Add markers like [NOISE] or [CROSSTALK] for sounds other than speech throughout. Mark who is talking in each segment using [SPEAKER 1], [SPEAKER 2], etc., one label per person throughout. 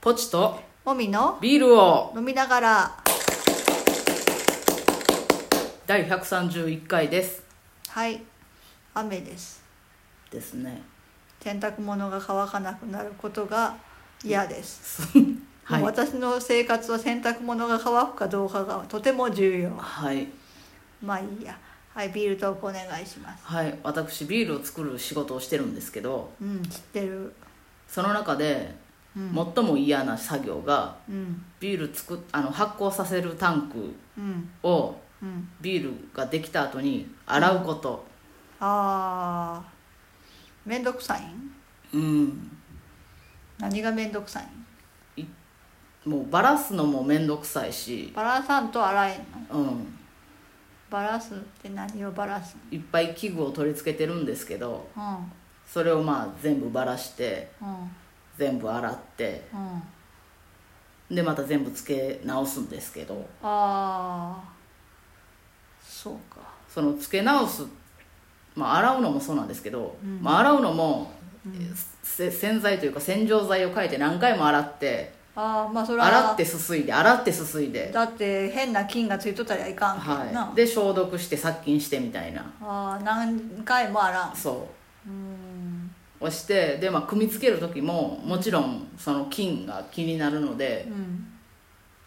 [SPEAKER 1] ポチと
[SPEAKER 2] もみの
[SPEAKER 1] ビールを
[SPEAKER 2] 飲みながら
[SPEAKER 1] 第131回です
[SPEAKER 2] はい雨です
[SPEAKER 1] ですね
[SPEAKER 2] 洗濯物が乾かなくなることが嫌です、
[SPEAKER 1] [LAUGHS] は
[SPEAKER 2] もう
[SPEAKER 1] い
[SPEAKER 2] 私の生活は洗濯物が乾くかどうかがとても重要
[SPEAKER 1] はい
[SPEAKER 2] まあいいやはいビールトークお願いします
[SPEAKER 1] はい私ビールを作る仕事をしてるんですけど
[SPEAKER 2] うん知ってる
[SPEAKER 1] その中で
[SPEAKER 2] うん
[SPEAKER 1] 最も嫌な作業が
[SPEAKER 2] うん
[SPEAKER 1] ビール作っあの発酵させるタンク
[SPEAKER 2] うん
[SPEAKER 1] を
[SPEAKER 2] うん
[SPEAKER 1] ビールができた後に洗うこと
[SPEAKER 2] ああ面倒くさいん
[SPEAKER 1] うん
[SPEAKER 2] 何が面倒くさいん
[SPEAKER 1] もうバラすのも面倒くさいし
[SPEAKER 2] バラさんと洗えんの
[SPEAKER 1] うん
[SPEAKER 2] バラすって何をバラす
[SPEAKER 1] いっぱい器具を取り付けてるんですけど
[SPEAKER 2] の
[SPEAKER 1] それをまあ全部バラして
[SPEAKER 2] うんうん
[SPEAKER 1] 全部洗って
[SPEAKER 2] うん
[SPEAKER 1] でまた全部つけ直すんですけど
[SPEAKER 2] ああそうか
[SPEAKER 1] そのつけ直す、まあ、洗うのもそうなんですけど、
[SPEAKER 2] うん
[SPEAKER 1] まあ、洗うのも、せ洗剤というか洗浄剤を変えて何回も洗って
[SPEAKER 2] ああまあそれは
[SPEAKER 1] 洗ってすすいで洗ってすすいで、
[SPEAKER 2] だって変な菌がついとったらいかんからな、
[SPEAKER 1] はい、で消毒して殺菌してみたいな
[SPEAKER 2] ああ何回も洗
[SPEAKER 1] そう
[SPEAKER 2] うん
[SPEAKER 1] うをしてで、まあ、組み付ける時ももちろんその菌が気になるので
[SPEAKER 2] う、ん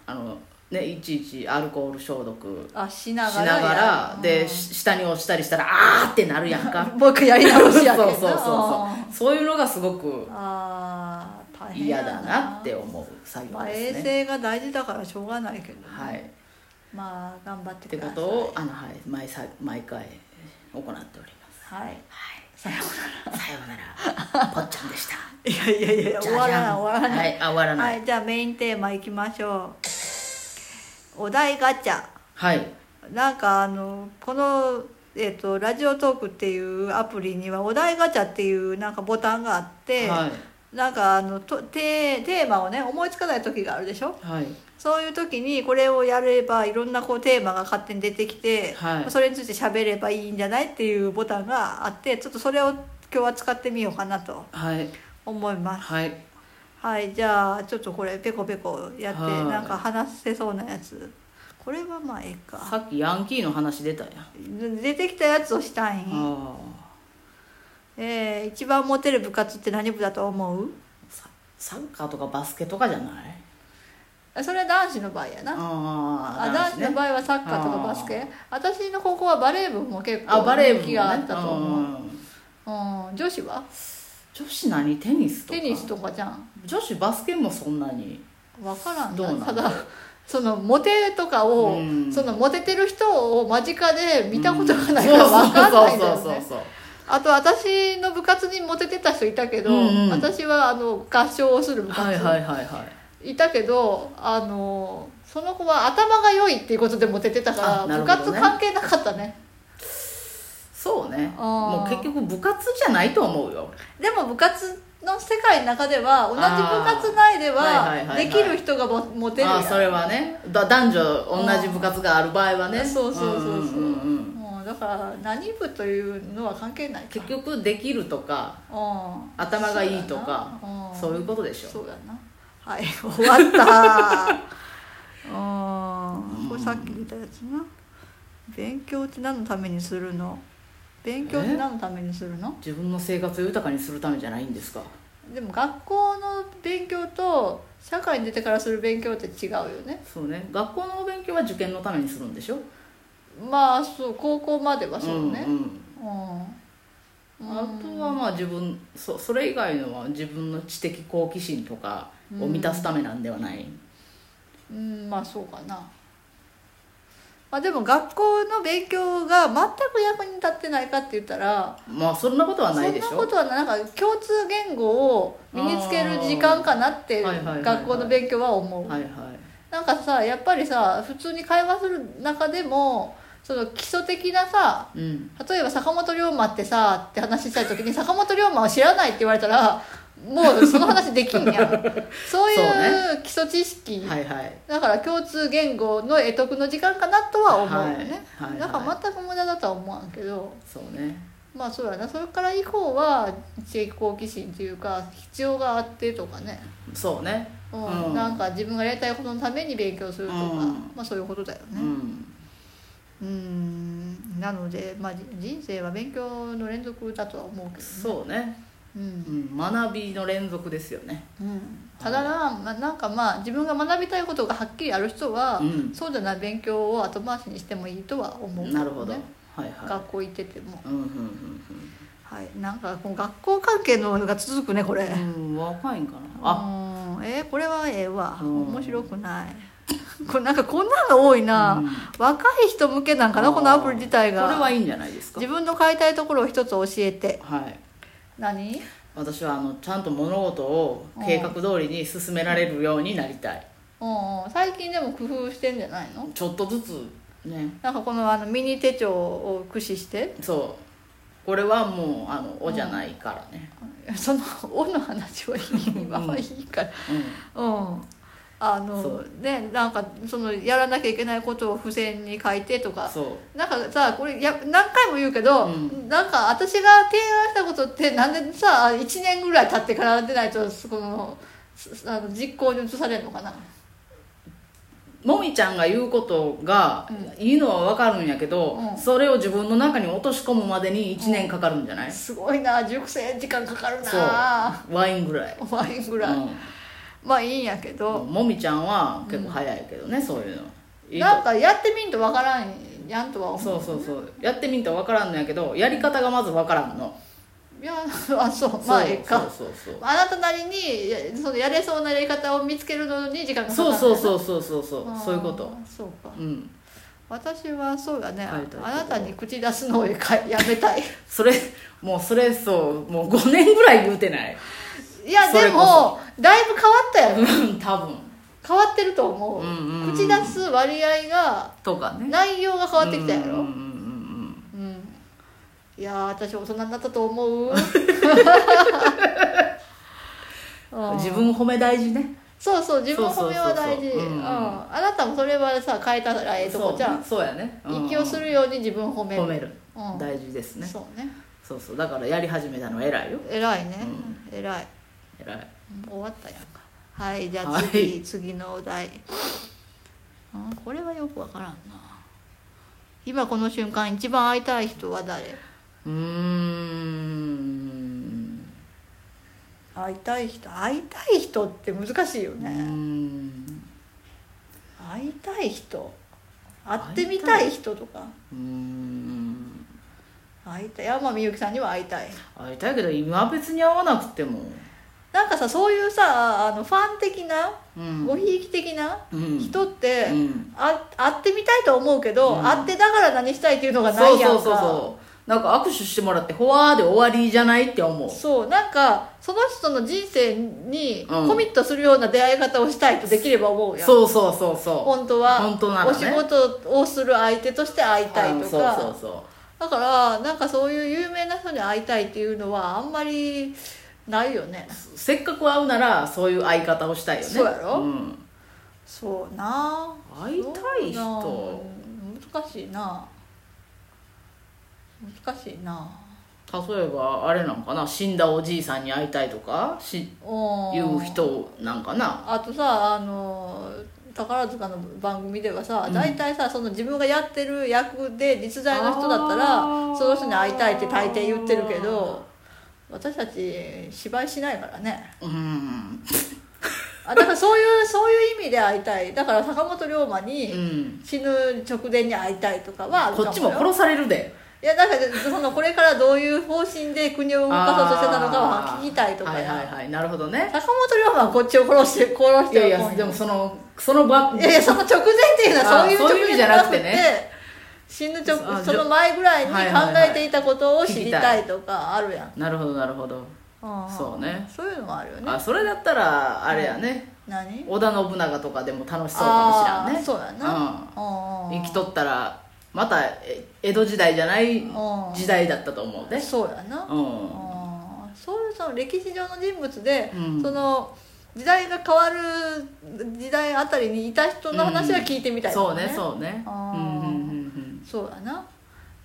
[SPEAKER 1] あのね、いちいちアルコール消毒
[SPEAKER 2] あし
[SPEAKER 1] し
[SPEAKER 2] ながら
[SPEAKER 1] なが
[SPEAKER 2] や
[SPEAKER 1] ら
[SPEAKER 2] る
[SPEAKER 1] でし下に落ちたりしたらあーってなるやんか
[SPEAKER 2] [LAUGHS] うんもう一回やり直しや
[SPEAKER 1] [LAUGHS] そ
[SPEAKER 2] けど
[SPEAKER 1] うそ
[SPEAKER 2] な
[SPEAKER 1] うそうそうそういうのがすごく
[SPEAKER 2] うんああ大変
[SPEAKER 1] 嫌
[SPEAKER 2] や
[SPEAKER 1] だなって思う作業
[SPEAKER 2] まあ、衛
[SPEAKER 1] ですね、
[SPEAKER 2] 生が大事だからしょうがないけどね、
[SPEAKER 1] はい、っ
[SPEAKER 2] まあ頑張って
[SPEAKER 1] て
[SPEAKER 2] くだ
[SPEAKER 1] こ
[SPEAKER 2] さい
[SPEAKER 1] とをあの、はい、毎さ毎回行っており
[SPEAKER 2] [LAUGHS]
[SPEAKER 1] ます
[SPEAKER 2] はい
[SPEAKER 1] さようならさようならぽっちゃんでした
[SPEAKER 2] いやいやいや終わらない終わらない
[SPEAKER 1] はいあ終わらな
[SPEAKER 2] はいい、じゃあメインテーマいきましょう。お題ガチャ。
[SPEAKER 1] はい
[SPEAKER 2] なんかあのこのえっ、とラジオトークっていうアプリにはお題ガチャっていうなんかボタンがあって、
[SPEAKER 1] はい
[SPEAKER 2] なんかあのとテーテーマをね思いつかない時があるでしょ。
[SPEAKER 1] はい
[SPEAKER 2] そういう時にこれをやればいろんなこうテーマが勝手に出てきて、
[SPEAKER 1] はい
[SPEAKER 2] それについて喋ればいいんじゃないっていうボタンがあってちょっとそれを今日は使ってみようかなと
[SPEAKER 1] はい
[SPEAKER 2] 思います。
[SPEAKER 1] はい
[SPEAKER 2] はいじゃあちょっとこれペコペコやって
[SPEAKER 1] はい
[SPEAKER 2] なんか話せそうなやつこれはまあええか
[SPEAKER 1] さっきヤンキーの話出たやん
[SPEAKER 2] 出てきたやつをしたいん
[SPEAKER 1] あ
[SPEAKER 2] えー、一番モテる部活って何部だと思う
[SPEAKER 1] ーササッカーとかバスケとかじゃない
[SPEAKER 2] あそれは男子の場合やな
[SPEAKER 1] あ
[SPEAKER 2] あ
[SPEAKER 1] ー
[SPEAKER 2] 男子の場合はサッカーとかバスケ私の高校はバレー部も結
[SPEAKER 1] あ
[SPEAKER 2] 構
[SPEAKER 1] バレー部
[SPEAKER 2] 人
[SPEAKER 1] も
[SPEAKER 2] 気
[SPEAKER 1] ね
[SPEAKER 2] があったと思う、
[SPEAKER 1] ん
[SPEAKER 2] うん、女子は
[SPEAKER 1] 女子何テニスとか
[SPEAKER 2] テニスとかじゃん
[SPEAKER 1] 女子バスケもそんなに
[SPEAKER 2] 分からん
[SPEAKER 1] どう
[SPEAKER 2] な
[SPEAKER 1] なん
[SPEAKER 2] ただそのモテとかを、
[SPEAKER 1] うん
[SPEAKER 2] そのモテてる人を間近で見たことがないから分かんないんだよ
[SPEAKER 1] そうそう
[SPEAKER 2] ね
[SPEAKER 1] そうそう
[SPEAKER 2] あと私の部活にモテてた人いたけど、
[SPEAKER 1] うんうん
[SPEAKER 2] 私はあの合唱をする部活、
[SPEAKER 1] はいはいはいはい
[SPEAKER 2] い、たけどあのその子は頭が良いっていうことでモテてたか
[SPEAKER 1] あな
[SPEAKER 2] ら、
[SPEAKER 1] る
[SPEAKER 2] 部
[SPEAKER 1] ほどね
[SPEAKER 2] 活関係なかったね
[SPEAKER 1] そうね
[SPEAKER 2] あー
[SPEAKER 1] もう結局部活じゃないと思うよ
[SPEAKER 2] でも部活の世界の中では同じ部活内で
[SPEAKER 1] あーはいはい
[SPEAKER 2] は
[SPEAKER 1] はいはい
[SPEAKER 2] できる人がモモテるやん、
[SPEAKER 1] あーそれはねだ男女同じ部活がある場合はね
[SPEAKER 2] そうそうそうそう,、
[SPEAKER 1] んんうん
[SPEAKER 2] もうだから何部というのは関係ないか
[SPEAKER 1] 結局できるとか
[SPEAKER 2] うん
[SPEAKER 1] 頭がいいとか
[SPEAKER 2] そうやなうん
[SPEAKER 1] そういうことでしょ
[SPEAKER 2] そうやなはい [LAUGHS] 終わった [LAUGHS] うんこれさっき出たやつな勉強って何のためにするの勉強って何のためにするの
[SPEAKER 1] 自分の生活を豊かにするためじゃないんですか
[SPEAKER 2] でも学校の勉強と社会に出てからする勉強って違うよね
[SPEAKER 1] そうね学校のお勉強は受験のためにするんでしょ
[SPEAKER 2] まあそう高校まではそうね
[SPEAKER 1] んうん
[SPEAKER 2] うん、
[SPEAKER 1] あとはまあ自分そそれ以外のは自分の知的好奇心とかを満たすためなんではない、
[SPEAKER 2] うん、まあそうかなまあでも学校の勉強が全く役に立ってないかって言ったら
[SPEAKER 1] まあそんなことはないでしょ
[SPEAKER 2] そんなことはなんか共通言語を身につける時間かなって
[SPEAKER 1] あーはいはいはいはい
[SPEAKER 2] 学校の勉強は思う、
[SPEAKER 1] はいはい
[SPEAKER 2] なんかさやっぱりさ普通に会話する中でもその基礎的なさ
[SPEAKER 1] うん
[SPEAKER 2] 例えば坂本龍馬ってさって話した時に坂本龍馬は知らないって言われたらもうその話できん
[SPEAKER 1] [LAUGHS]
[SPEAKER 2] やんそう
[SPEAKER 1] そう
[SPEAKER 2] いう基礎知識、
[SPEAKER 1] はいはい
[SPEAKER 2] だから共通言語の得得の時間かなとは思うよね、
[SPEAKER 1] はいはいはい
[SPEAKER 2] なんか全く無駄だとは思わんけど
[SPEAKER 1] そうね
[SPEAKER 2] まあそうやなそれから以降は知的好奇心というか必要があってとかね、
[SPEAKER 1] そうね
[SPEAKER 2] うん
[SPEAKER 1] うん
[SPEAKER 2] なんか自分がやりたいことのために勉強するとか、
[SPEAKER 1] うん
[SPEAKER 2] まあそういうことだよ
[SPEAKER 1] う
[SPEAKER 2] ね
[SPEAKER 1] ん
[SPEAKER 2] うんなので、まあ、じ人生は勉強の連続だとは思うけど、ね、
[SPEAKER 1] そうね、
[SPEAKER 2] う、
[SPEAKER 1] うんん、学びの連続ですよね
[SPEAKER 2] うん、ただな,、まあ、なんかまあ自分が学びたいことがはっきりある人は、
[SPEAKER 1] うん
[SPEAKER 2] そうじゃない勉強を後回しにしてもいいとは思う、
[SPEAKER 1] なるほど、
[SPEAKER 2] ね
[SPEAKER 1] はいは
[SPEAKER 2] 学校行ってても
[SPEAKER 1] いうんうん
[SPEAKER 2] はいなんかこう学校関係のが続くねこれ
[SPEAKER 1] うんうんうん若いんかなあ
[SPEAKER 2] あえーこれはええわ
[SPEAKER 1] うん
[SPEAKER 2] 面白くない [LAUGHS] これなんかこんなのが多いな、
[SPEAKER 1] うん
[SPEAKER 2] 若い人向けなんかなこのアプリ自体が
[SPEAKER 1] これはいいんじゃないですか
[SPEAKER 2] 自分の買いたいところを一つ教えて
[SPEAKER 1] はい
[SPEAKER 2] 何
[SPEAKER 1] 私はあのちゃんと物事を計画通りに進められるようになりたい
[SPEAKER 2] うんうん最近でも工夫してんじゃないの
[SPEAKER 1] ちょっとずつね
[SPEAKER 2] なんかこのあのミニ手帳を駆使して
[SPEAKER 1] そうこれはもうあの「お」じゃないからね、
[SPEAKER 2] その「お」の話はいい今はいいからうんあ
[SPEAKER 1] そ
[SPEAKER 2] の
[SPEAKER 1] う
[SPEAKER 2] ねなんかそのやらなきゃいけないことを付箋に書いてと
[SPEAKER 1] うん、
[SPEAKER 2] か
[SPEAKER 1] そう
[SPEAKER 2] なんかさこれや何回も言うけど、
[SPEAKER 1] うん
[SPEAKER 2] なんか私が提案したことってなんでさ1年ぐらい経ってからでないとそこのすあの実行に移されるのかな
[SPEAKER 1] もみちゃんが言うことがいいのは分かるんやけど、
[SPEAKER 2] うん
[SPEAKER 1] それを自分の中に落とし込むまでに1年かかるんじゃない、
[SPEAKER 2] すごいな熟成時間かかる
[SPEAKER 1] そう
[SPEAKER 2] な
[SPEAKER 1] ワインぐらい
[SPEAKER 2] ワインぐらい、まあいいんやけ
[SPEAKER 1] うん
[SPEAKER 2] ど、
[SPEAKER 1] もみちゃんは結構早いけどね、そういうのいいと
[SPEAKER 2] なんかやってみんとわからんやんとは思う
[SPEAKER 1] そうそうそうやってみんと分からんのやけどやり方がまず分からんの
[SPEAKER 2] いやあそうまあええか
[SPEAKER 1] そうそう
[SPEAKER 2] あなたなりにやそのやれそうなやり方を見つけるのに時間がかか
[SPEAKER 1] そう
[SPEAKER 2] る
[SPEAKER 1] そう
[SPEAKER 2] う
[SPEAKER 1] そうそうそうそうそうそういうこと
[SPEAKER 2] そうか
[SPEAKER 1] うん
[SPEAKER 2] 私はそうだね
[SPEAKER 1] 書いたりとか
[SPEAKER 2] あなたに口出すのをやめ
[SPEAKER 1] [LAUGHS]
[SPEAKER 2] たい
[SPEAKER 1] それもうそれそうもう5年ぐらい言うてない [LAUGHS]
[SPEAKER 2] いや
[SPEAKER 1] それ
[SPEAKER 2] で
[SPEAKER 1] こそ
[SPEAKER 2] もだいぶ変わったよ
[SPEAKER 1] うん多分
[SPEAKER 2] 変わってると思う,、
[SPEAKER 1] うんうんうん
[SPEAKER 2] 口出す割合が
[SPEAKER 1] とかね
[SPEAKER 2] 内容が変わってきたやろ
[SPEAKER 1] う
[SPEAKER 2] うん
[SPEAKER 1] うん
[SPEAKER 2] ん、
[SPEAKER 1] うん
[SPEAKER 2] いやー私大人になった
[SPEAKER 1] [LAUGHS]
[SPEAKER 2] と思う
[SPEAKER 1] うん
[SPEAKER 2] う
[SPEAKER 1] うんん自分褒め大事ね
[SPEAKER 2] そうそう自分
[SPEAKER 1] そうそうそう
[SPEAKER 2] 褒め
[SPEAKER 1] そう
[SPEAKER 2] は大事
[SPEAKER 1] うんうん
[SPEAKER 2] うんあなたもそれはさ変えたらええとこじゃん
[SPEAKER 1] そうそうやねうん
[SPEAKER 2] 息をするように自分を褒める
[SPEAKER 1] 褒める
[SPEAKER 2] うん
[SPEAKER 1] 大事ですね
[SPEAKER 2] そうね
[SPEAKER 1] そうそうだからやり始めたの偉いよ
[SPEAKER 2] 偉いね、偉い
[SPEAKER 1] 偉い
[SPEAKER 2] 終わったやんかはいじゃあ
[SPEAKER 1] はい
[SPEAKER 2] 次、次のお題うんこれはよくわからんな今この瞬間一番会いたい人は誰
[SPEAKER 1] うーん
[SPEAKER 2] 会いたい人会いたい人って難しいよ
[SPEAKER 1] うーん
[SPEAKER 2] 会いたい人会
[SPEAKER 1] ってみたい
[SPEAKER 2] 人とか
[SPEAKER 1] うーん
[SPEAKER 2] 会いたい山みゆきさんには会いたい
[SPEAKER 1] 会いたいけど今別に会わなくても
[SPEAKER 2] なんかさそういうさあのファン的な
[SPEAKER 1] うん
[SPEAKER 2] ごひいき的な
[SPEAKER 1] うん
[SPEAKER 2] 人って、
[SPEAKER 1] うん
[SPEAKER 2] あ会ってみたいとは思うけど、
[SPEAKER 1] うん
[SPEAKER 2] 会ってだから何したいっていうのがな
[SPEAKER 1] そう
[SPEAKER 2] いやん
[SPEAKER 1] そう
[SPEAKER 2] か
[SPEAKER 1] そうそうなんか握手してもらって「ほわ」で終わりじゃないって思う
[SPEAKER 2] そうなんかその人の人生に
[SPEAKER 1] うん
[SPEAKER 2] コミットするような出会い方をしたいとできれば思うやん、
[SPEAKER 1] そうそうそうそ
[SPEAKER 2] 本当は
[SPEAKER 1] 本当なの
[SPEAKER 2] お
[SPEAKER 1] ね
[SPEAKER 2] 仕事をする相手として会いうたい
[SPEAKER 1] うん
[SPEAKER 2] と
[SPEAKER 1] そう
[SPEAKER 2] か
[SPEAKER 1] そうそ
[SPEAKER 2] だからなんかそういう有名な人に会いたいっていうのはあんまりないよね
[SPEAKER 1] うせっかく会うならそういう会い方をしたいよね
[SPEAKER 2] そうやろ
[SPEAKER 1] うん、
[SPEAKER 2] そうな
[SPEAKER 1] 会いたい
[SPEAKER 2] そう
[SPEAKER 1] 人
[SPEAKER 2] な難しいな難しいな
[SPEAKER 1] 例えばあれなんかな死んだおじいさんに会いたいとかし
[SPEAKER 2] うん
[SPEAKER 1] いう人なんかな
[SPEAKER 2] あとさあの宝塚の番組ではさ、
[SPEAKER 1] うん
[SPEAKER 2] 大体さその自分がやってる役で実在の人だったら
[SPEAKER 1] あー
[SPEAKER 2] その人に会いたいって大抵言ってるけど私たち芝居しないからね
[SPEAKER 1] うん
[SPEAKER 2] あだから
[SPEAKER 1] [LAUGHS]
[SPEAKER 2] そういうそういう意味で会いたいだから坂本龍馬
[SPEAKER 1] う
[SPEAKER 2] に
[SPEAKER 1] ん
[SPEAKER 2] 死ぬ直前に会いたいとかはあるか
[SPEAKER 1] こ
[SPEAKER 2] もよ
[SPEAKER 1] っちも殺されるで
[SPEAKER 2] いやだからそのこれからどういう方針で国を動かそうとしてたのかは聞きたいとか
[SPEAKER 1] はい
[SPEAKER 2] や、
[SPEAKER 1] はいはいなるほどね
[SPEAKER 2] 坂本龍馬はこっちを殺して殺し
[SPEAKER 1] い
[SPEAKER 2] て
[SPEAKER 1] やい
[SPEAKER 2] るもん
[SPEAKER 1] や
[SPEAKER 2] よ
[SPEAKER 1] でもそのその場
[SPEAKER 2] いやいやその直前っていうの
[SPEAKER 1] あ
[SPEAKER 2] はそういう
[SPEAKER 1] そういう
[SPEAKER 2] 直
[SPEAKER 1] 意
[SPEAKER 2] 前
[SPEAKER 1] 味
[SPEAKER 2] じ
[SPEAKER 1] じ
[SPEAKER 2] ゃ
[SPEAKER 1] ゃ
[SPEAKER 2] な
[SPEAKER 1] な
[SPEAKER 2] く
[SPEAKER 1] く
[SPEAKER 2] て
[SPEAKER 1] て
[SPEAKER 2] 死ぬ直
[SPEAKER 1] あ
[SPEAKER 2] その前ぐらいに考
[SPEAKER 1] はいはいはい
[SPEAKER 2] えていたことを知りたいとかあるや
[SPEAKER 1] [LAUGHS]
[SPEAKER 2] ん、
[SPEAKER 1] なるほどなるほど
[SPEAKER 2] うん
[SPEAKER 1] そうね
[SPEAKER 2] そういうのもあるよね
[SPEAKER 1] あそれだったらあれやね
[SPEAKER 2] 何
[SPEAKER 1] 織田信長とかでも楽しそうか
[SPEAKER 2] あ
[SPEAKER 1] もしらん
[SPEAKER 2] あ
[SPEAKER 1] ね
[SPEAKER 2] そうやな、うん
[SPEAKER 1] 生きとったらまたえ江戸時代じゃない時代だったと思うで
[SPEAKER 2] そうやな、
[SPEAKER 1] うん
[SPEAKER 2] あーそういうその歴史上の人物で、
[SPEAKER 1] うん
[SPEAKER 2] その時代が変わる時代あたりにいた人の話は聞いてみたい
[SPEAKER 1] そうね
[SPEAKER 2] う
[SPEAKER 1] そうね
[SPEAKER 2] あ
[SPEAKER 1] う
[SPEAKER 2] ー
[SPEAKER 1] んうんうんうん
[SPEAKER 2] そうやな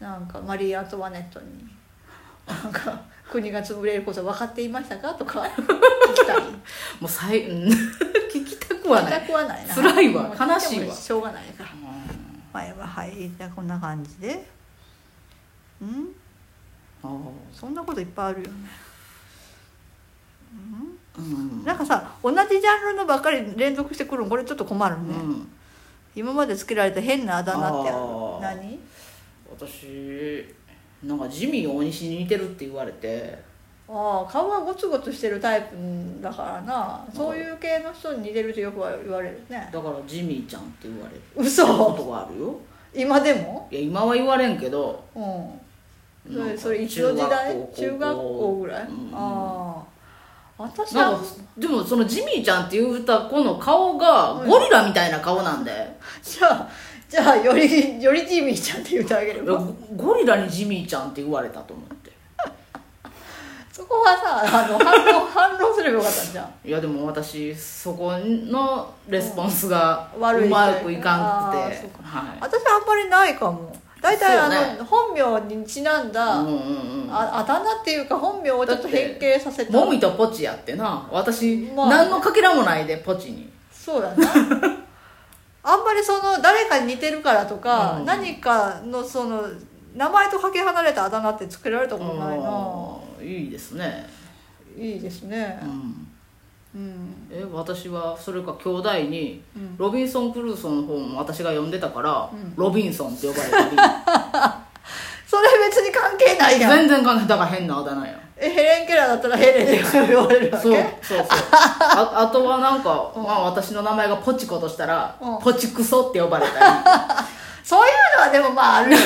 [SPEAKER 2] なんかマリー・アントワネットになんか国が潰れること分かっていましたかと [LAUGHS] か聞きたい
[SPEAKER 1] もうさい、うん [LAUGHS] 聞きたくはな
[SPEAKER 2] 全
[SPEAKER 1] い
[SPEAKER 2] くはないな
[SPEAKER 1] 辛いわ
[SPEAKER 2] もう聞ても
[SPEAKER 1] 悲しいわ
[SPEAKER 2] しょうがないから
[SPEAKER 1] うん
[SPEAKER 2] 前ははいじゃあこんな感じでうん
[SPEAKER 1] あー
[SPEAKER 2] そんなこといっぱいあるよね
[SPEAKER 1] うん
[SPEAKER 2] なんかさ同じジャンルのばっかり連続してくるのこれちょっと困るね、
[SPEAKER 1] うん
[SPEAKER 2] 今までつけられた変なあだ名ってある
[SPEAKER 1] あー
[SPEAKER 2] 何
[SPEAKER 1] 私なんかジミー大西に似てるって言われて
[SPEAKER 2] ああ顔がゴツゴツしてるタイプだからなそういう系の人に似てるとよく言われるね
[SPEAKER 1] だからジミーちゃんって言われるこ
[SPEAKER 2] 嘘
[SPEAKER 1] とがあるよ
[SPEAKER 2] 今でも
[SPEAKER 1] いや今は言われんけど
[SPEAKER 2] うんそ
[SPEAKER 1] なん
[SPEAKER 2] れ
[SPEAKER 1] か
[SPEAKER 2] それ一度時代
[SPEAKER 1] 中学校
[SPEAKER 2] 中学校ぐらい、
[SPEAKER 1] うん
[SPEAKER 2] ああ私
[SPEAKER 1] なん
[SPEAKER 2] は
[SPEAKER 1] かでもそのジミーちゃんっていう歌子の顔がゴリラみたいな顔なんで、
[SPEAKER 2] [LAUGHS] じゃあじゃあよりよりジミーちゃんって言ってあげれ
[SPEAKER 1] いや
[SPEAKER 2] ば
[SPEAKER 1] ゴゴリラにジミーちゃんって言われたと思って
[SPEAKER 2] そこはさあの
[SPEAKER 1] [LAUGHS]
[SPEAKER 2] 反論反論すればよかったんじゃん
[SPEAKER 1] いやでも私そこのレスポンスが
[SPEAKER 2] う
[SPEAKER 1] うん
[SPEAKER 2] 悪い
[SPEAKER 1] まくいかんく
[SPEAKER 2] あー
[SPEAKER 1] て
[SPEAKER 2] そうか
[SPEAKER 1] は
[SPEAKER 2] 私はあんまりないかも大体
[SPEAKER 1] そ
[SPEAKER 2] あ
[SPEAKER 1] う
[SPEAKER 2] の、
[SPEAKER 1] ね
[SPEAKER 2] 本名にちなんだ、
[SPEAKER 1] いうんうんうん
[SPEAKER 2] ああだ名っていうか本名をちょっと変形させた
[SPEAKER 1] もみとポチやってな私、
[SPEAKER 2] まあ
[SPEAKER 1] 何のかけらもないでポチに
[SPEAKER 2] そうだな [LAUGHS] あんまりその誰かに似てるからとか、
[SPEAKER 1] うん
[SPEAKER 2] 何かのその名前とかけ離れたあだ名って作られたことないな
[SPEAKER 1] うんいいですね、
[SPEAKER 2] いいですね
[SPEAKER 1] うん、
[SPEAKER 2] うん
[SPEAKER 1] え私はそれか兄弟に
[SPEAKER 2] うん
[SPEAKER 1] ロビンソン・クルーソンの本も私が読んでたから、
[SPEAKER 2] うん
[SPEAKER 1] ロビンソンって呼ばれたり
[SPEAKER 2] それ別に関係ないやん
[SPEAKER 1] 全然関係だから変なあだ名や
[SPEAKER 2] えヘレン・ケラーだったらヘレンって言われるわ
[SPEAKER 1] そう
[SPEAKER 2] け
[SPEAKER 1] そう
[SPEAKER 2] [LAUGHS]
[SPEAKER 1] そうああとはなんか、まあ、私の名前がポチコとしたら、
[SPEAKER 2] うん
[SPEAKER 1] ポチクソって呼ばれた
[SPEAKER 2] そういうのはでもまああるよね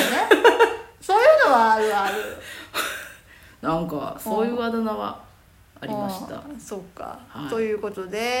[SPEAKER 1] [LAUGHS]
[SPEAKER 2] そういうのはあるある
[SPEAKER 1] りなんかそういうあだ名はありました、
[SPEAKER 2] うんそうか、
[SPEAKER 1] はい
[SPEAKER 2] ということで